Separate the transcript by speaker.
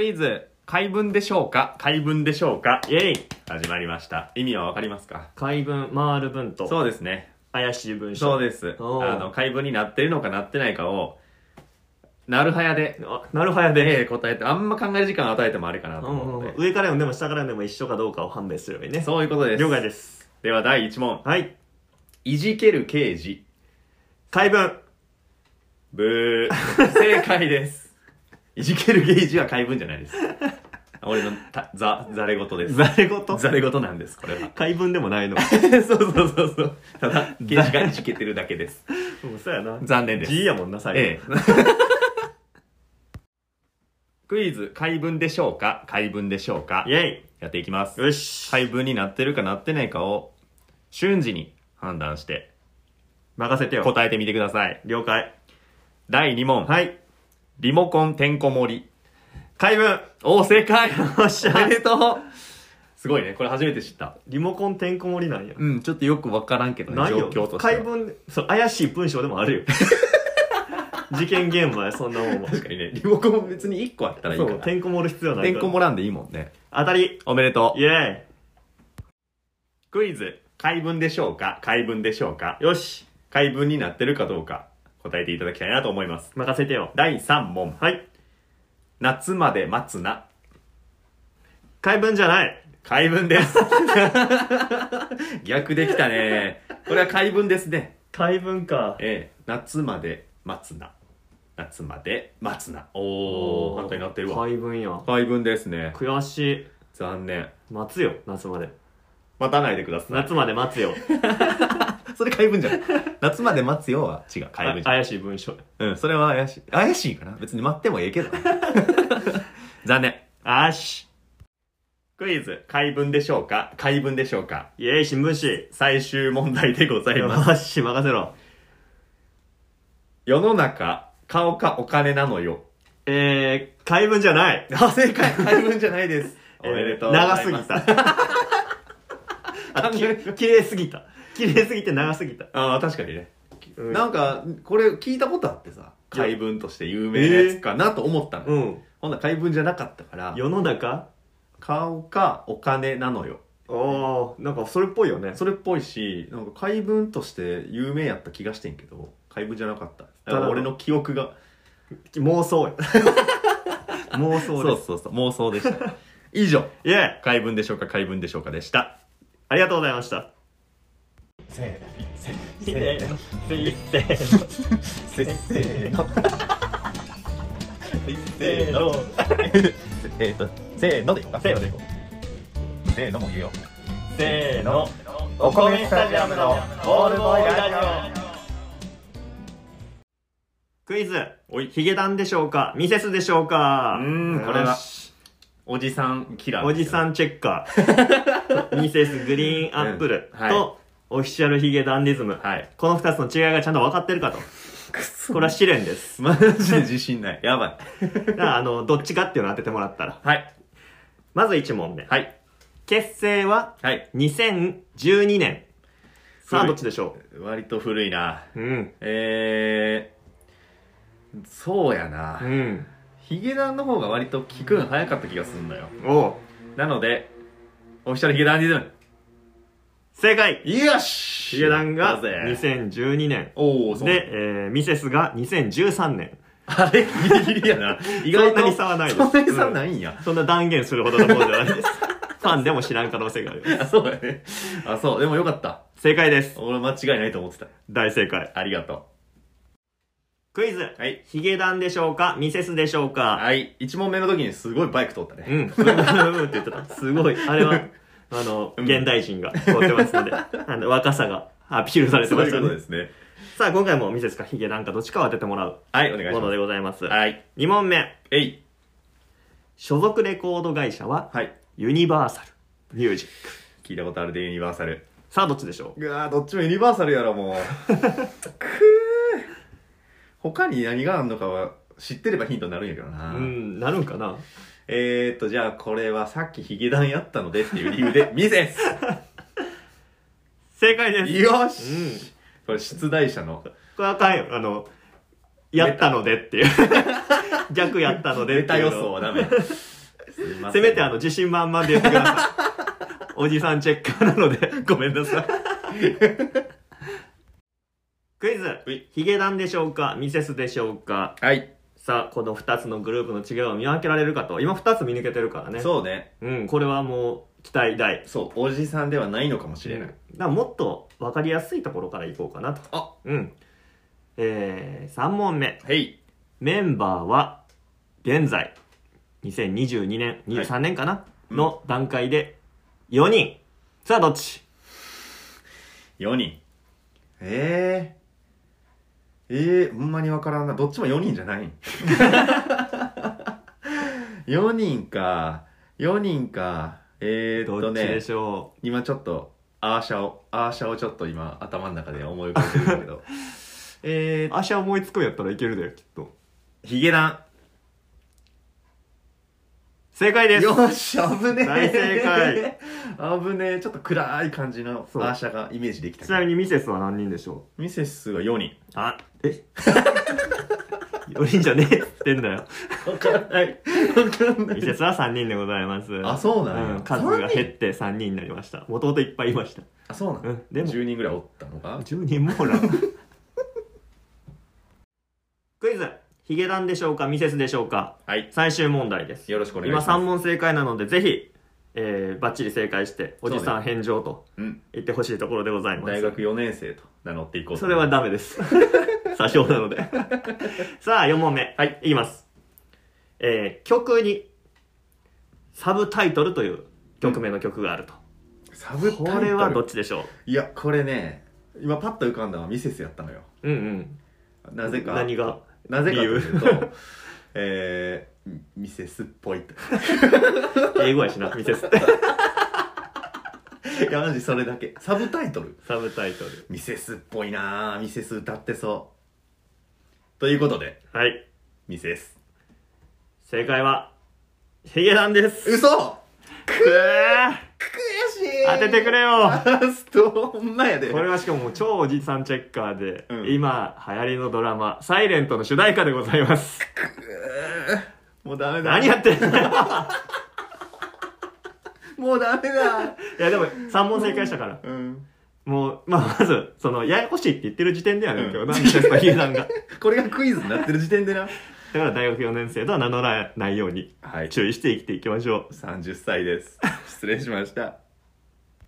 Speaker 1: イズ解文でしょうか解文でしょうかイェイ始まりました意味はわかりますか
Speaker 2: 解文回る文と
Speaker 1: そうですね
Speaker 2: 怪しい文章
Speaker 1: そうですあ
Speaker 2: おー
Speaker 1: の解文になってるのかなってないかをなるはやで
Speaker 2: あなるはやで、
Speaker 1: で答えてあんま考える時間与えてもあれかなと
Speaker 2: うん
Speaker 1: 思っ
Speaker 2: うん
Speaker 1: て
Speaker 2: うん上から読んでも下から読んでも一緒かどうかを判別すればいいね
Speaker 1: そういうことです
Speaker 2: 了解です
Speaker 1: では第1問
Speaker 2: はい
Speaker 1: いじける刑事
Speaker 2: 解文
Speaker 1: ブー正解ですいじける刑事は解文じゃないです俺のたざざれ言です
Speaker 2: ざれ言
Speaker 1: ざれ言なんですこれは
Speaker 2: 解文でもないの
Speaker 1: そうそうそうそうただ刑事がいじけてるだけです
Speaker 2: うんそうやな
Speaker 1: 残念です
Speaker 2: G やもんな最後、
Speaker 1: ええ クイズ解文でしょうか解文でしょうか
Speaker 2: イェ
Speaker 1: やっていきます
Speaker 2: イよし、
Speaker 1: 解文になってるかなってないかを瞬時に判断して
Speaker 2: 任せてよ
Speaker 1: 答えてみてください
Speaker 2: 了解
Speaker 1: 第2問
Speaker 2: はい
Speaker 1: リモコンてんこ盛り
Speaker 2: 解文
Speaker 1: おお正解
Speaker 2: おっしゃ
Speaker 1: おめでとうすごいねこれ初めて知った
Speaker 2: リモコンてんこ盛りなんや
Speaker 1: うんちょっとよく分からんけどね
Speaker 2: ない
Speaker 1: 状
Speaker 2: よ
Speaker 1: 況として
Speaker 2: 解
Speaker 1: は
Speaker 2: 文そう怪しい文章でもあるよ事件現場やそんなもんも
Speaker 1: 確かにねリモコン別に1個あったらいい
Speaker 2: そ
Speaker 1: か
Speaker 2: う
Speaker 1: ら
Speaker 2: てんこ盛る必要ない
Speaker 1: て
Speaker 2: か
Speaker 1: ん
Speaker 2: ら
Speaker 1: こもらんでいいもんね
Speaker 2: 当たり
Speaker 1: おめでとう
Speaker 2: イェ
Speaker 1: クイズ解文でしょうか解文でしょうか
Speaker 2: イよし
Speaker 1: 解文になってるかどうか答えていただきたいなと思います
Speaker 2: 任せてよ
Speaker 1: 第3問
Speaker 2: はい
Speaker 1: 夏まで待つな
Speaker 2: 解文じゃない
Speaker 1: 解文です 逆できたねこれは解文ですね
Speaker 2: 解文か
Speaker 1: ええ夏まで待つな夏まで待つなおお反対になってるわ
Speaker 2: 解文や
Speaker 1: 解文ですね
Speaker 2: 悔しい
Speaker 1: 残念
Speaker 2: 待つよ夏まで
Speaker 1: 待たないでください
Speaker 2: 夏まで待つよ
Speaker 1: それ解文じゃない夏まで待つよは違う解文じゃない
Speaker 2: 怪しい文章
Speaker 1: うんそれは怪しい怪しいかな別に待ってもええけど 残念
Speaker 2: あし
Speaker 1: クイズ解文でしょうか解文でしょうか
Speaker 2: イェイ新聞
Speaker 1: 最終問題でござい
Speaker 2: 紙
Speaker 1: ます
Speaker 2: よし任せろ
Speaker 1: 世の中顔かお金なのよ
Speaker 2: えー、解文じ ゃない
Speaker 1: あ正解解文じゃないです おめでとうございます
Speaker 2: えー長すぎたあき綺麗すぎた綺麗すぎて長すぎた、
Speaker 1: ああ確かにね
Speaker 2: うん
Speaker 1: なんかこれ聞いたことあってさ
Speaker 2: いや
Speaker 1: 解文として有名なやつかなと思ったの、
Speaker 2: うん
Speaker 1: ほんなら解文じゃなかったから
Speaker 2: 世の中
Speaker 1: 顔かお金なのよ
Speaker 2: おーなんかそれっぽいよね
Speaker 1: それっぽいしなんか解文として有名やった気がしてんけど解文じゃなかっただから俺の記憶が
Speaker 2: 妄想や妄
Speaker 1: そ
Speaker 2: 想
Speaker 1: う
Speaker 2: です
Speaker 1: そうそう妄想でした 以上
Speaker 2: イェイ
Speaker 1: 解文でしょうか解文でしょうかでした
Speaker 2: ありがとうございましたせーのせーの
Speaker 1: せーのせーのえーとせーのでいこうか
Speaker 2: せーのでいこ
Speaker 1: せーのも言えよ
Speaker 2: せーの
Speaker 1: お米スタジアムのボールボーイラ
Speaker 2: ジオクイズおいヒゲダンでしょうかミセスでしょうか
Speaker 1: うーんこれは
Speaker 2: よし
Speaker 1: おじさんキラー
Speaker 2: おじさ
Speaker 1: ん
Speaker 2: んチェッカ ーミセスグリーンアップル
Speaker 1: うんはい
Speaker 2: とオフィシャルヒゲダンディズム
Speaker 1: はい
Speaker 2: この2つの違いがちゃんと分かってるかとこれは試練です
Speaker 1: マジで自信ないやばい
Speaker 2: だからあのどっちかっていうのを当ててもらったら
Speaker 1: はい
Speaker 2: まず1問目
Speaker 1: はい
Speaker 2: 結成は
Speaker 1: はい
Speaker 2: 2012年さあ
Speaker 1: 古い
Speaker 2: どっちでしょ
Speaker 1: 割と古いな
Speaker 2: ううん
Speaker 1: えー、そうやな、
Speaker 2: うん
Speaker 1: ヒゲダンの方が割と聞くん早かった気がするんだよ
Speaker 2: おう
Speaker 1: なのでオフィシャルヒゲダンディズ
Speaker 2: 正解
Speaker 1: ムよし
Speaker 2: ヒゲダンが
Speaker 1: だぜ
Speaker 2: 2012年
Speaker 1: おお
Speaker 2: で、えーミセスが2013年
Speaker 1: あれギリギリやな意外と
Speaker 2: そんなに差はないです
Speaker 1: そんなに差ないんや、
Speaker 2: そんな断言するほどのものじゃな いですファンでも知らん可能性がある
Speaker 1: あそうやねあそうでもよかった
Speaker 2: 正解です
Speaker 1: 俺間違いないと思ってた
Speaker 2: 大正解
Speaker 1: ありがと
Speaker 2: クイズ、
Speaker 1: うはい
Speaker 2: ヒゲダンでしょうかミセスでしょうか
Speaker 1: はい1問目の時にすごいバイク通った
Speaker 2: う
Speaker 1: ね、
Speaker 2: ん、ブンブンブンって言ってた。すごい。あれは、あの、
Speaker 1: うん
Speaker 2: 現代人が通ってます ので、あの若さがアピールされて
Speaker 1: そう
Speaker 2: ま
Speaker 1: い
Speaker 2: し
Speaker 1: う
Speaker 2: た
Speaker 1: こと
Speaker 2: ね
Speaker 1: で。すね
Speaker 2: さあ、今回もミセスかヒゲダンかどっちかを当ててもらう
Speaker 1: はいお願いし
Speaker 2: もの
Speaker 1: ま
Speaker 2: でございます。
Speaker 1: すはい
Speaker 2: 2問目。
Speaker 1: えい
Speaker 2: 所属レコード会社は
Speaker 1: はい
Speaker 2: ユニバーサルミュージック。
Speaker 1: 聞いたことあるでユニバーサル
Speaker 2: さあ、どっちでしょう
Speaker 1: うわーどっちもユニバーサルやろもうく ー他に何があんのかは知ってればヒントになるんやけど
Speaker 2: う
Speaker 1: な、
Speaker 2: ん、なるんかな
Speaker 1: えーっとじゃあこれはさっきヒゲダンやったのでっていう理由 でミセス
Speaker 2: 正解です。
Speaker 1: よし、
Speaker 2: うん
Speaker 1: これ出題者の
Speaker 2: これあかんよ。あの、 やったのでっていう。逆やったので
Speaker 1: ネ
Speaker 2: って
Speaker 1: タ
Speaker 2: いうの。
Speaker 1: 予想はダメすいませ
Speaker 2: せ
Speaker 1: ん
Speaker 2: めてあの、自信満々で言ってください。おじさんチェッカーなので、ごめんなさい。クイズ
Speaker 1: い。
Speaker 2: ヒゲダンでしょうかミセスでしょうか
Speaker 1: はい。
Speaker 2: さあ、この2つのグループの違いを見分けられるかと。今2つ見抜けてるからね。
Speaker 1: そうね。
Speaker 2: うん、これはもう、期待大。
Speaker 1: そう、おじさんではないのかもしれない。
Speaker 2: だからもっと分かりやすいところからいこうかなと。
Speaker 1: あ
Speaker 2: うん。えー、3問目。
Speaker 1: はい。
Speaker 2: メンバーは、現在、2022年、23年かな、
Speaker 1: うん
Speaker 2: の段階で、4人。さあ、どっち
Speaker 1: 4人。ええええほんまにわからんな。どっちも4人じゃないん。4人か。4人か。えー、っ
Speaker 2: ど
Speaker 1: と
Speaker 2: っちで
Speaker 1: ね、
Speaker 2: しょ
Speaker 1: 今ちょっと、アーシャを、アーシャをちょっと今頭の中で思い浮かべてるんだけど。え
Speaker 2: う。足は思いつくんやったらいけるだよ、きっと。
Speaker 1: ー、ヒゲダ
Speaker 2: 正解で
Speaker 1: ン。
Speaker 2: す。
Speaker 1: よし、危ねえ。
Speaker 2: 大正解。
Speaker 1: 危ねえ。ちょっと暗い感じのア
Speaker 2: そう
Speaker 1: ーシャがイメージできた。
Speaker 2: ちなみにミセスは何人でしょ
Speaker 1: ミセスは4人。
Speaker 2: うあ、 え ?4 人じゃねえっつってんだよ。
Speaker 1: わかんない。わかんな
Speaker 2: ミセ
Speaker 1: い。
Speaker 2: スは3人でございます。
Speaker 1: あ、そうなんや。
Speaker 2: うん、数が減
Speaker 1: っ
Speaker 2: って3人になりました。もともといっぱいいました。
Speaker 1: あ、そうなん
Speaker 2: う
Speaker 1: や。
Speaker 2: ん、でも、
Speaker 1: 10人ぐらいおったのか
Speaker 2: 10人もおらん クイズヒゲダンでしょうかミセスでしょうか
Speaker 1: はい。
Speaker 2: 最終問題です
Speaker 1: よろしくお願いし
Speaker 2: 今
Speaker 1: ます。
Speaker 2: 3問正解なのでぜひ、えー、バッチリ正解しておじさん返上と
Speaker 1: うん。
Speaker 2: 言ってほしいところでございます
Speaker 1: 大学4年生と名乗っていこうと
Speaker 2: それは。ダメです 詐称なのでさあ4問目
Speaker 1: はい。
Speaker 2: いきますえー、曲にサブタイトルという曲名の曲があると、
Speaker 1: サブタイトル。
Speaker 2: これはどっちでしょ
Speaker 1: いや、これね、今パッと浮かんだのはミセスやったのよ。
Speaker 2: ううん
Speaker 1: な
Speaker 2: う
Speaker 1: ぜ
Speaker 2: ん
Speaker 1: か。
Speaker 2: 何が
Speaker 1: なぜかというと、 えー、ミセスっぽいと。
Speaker 2: 英語やしなミセスって
Speaker 1: いや、マジそれだけ。サブタイトル。
Speaker 2: サブタイトル
Speaker 1: ミセスっぽいなぁ。ミセス歌ってそう。ということで、
Speaker 2: はい。
Speaker 1: ミセス。
Speaker 2: 正解は、ヒゲダンです。
Speaker 1: 嘘
Speaker 2: くー
Speaker 1: 悔しい
Speaker 2: 当ててくれよ
Speaker 1: ファー ストほんまやで
Speaker 2: これはしかも超おじさんチェッカーで、
Speaker 1: うん
Speaker 2: 今流行りのドラマ、サイレントの主題歌でござい ます。
Speaker 1: もうダメだ
Speaker 2: 何やってんのい
Speaker 1: もうダメだ
Speaker 2: やでも3問正解したから。
Speaker 1: うん
Speaker 2: もう、まあまず、その、ややこしいって言ってる時点ではね、
Speaker 1: うん
Speaker 2: 今日なんでちょっとヒゲダンが。だ
Speaker 1: これがクイズになってる時点でな
Speaker 2: から大学4年生とは名乗らないように
Speaker 1: はい
Speaker 2: 注意して生きていきましょう。
Speaker 1: 30歳です失礼しました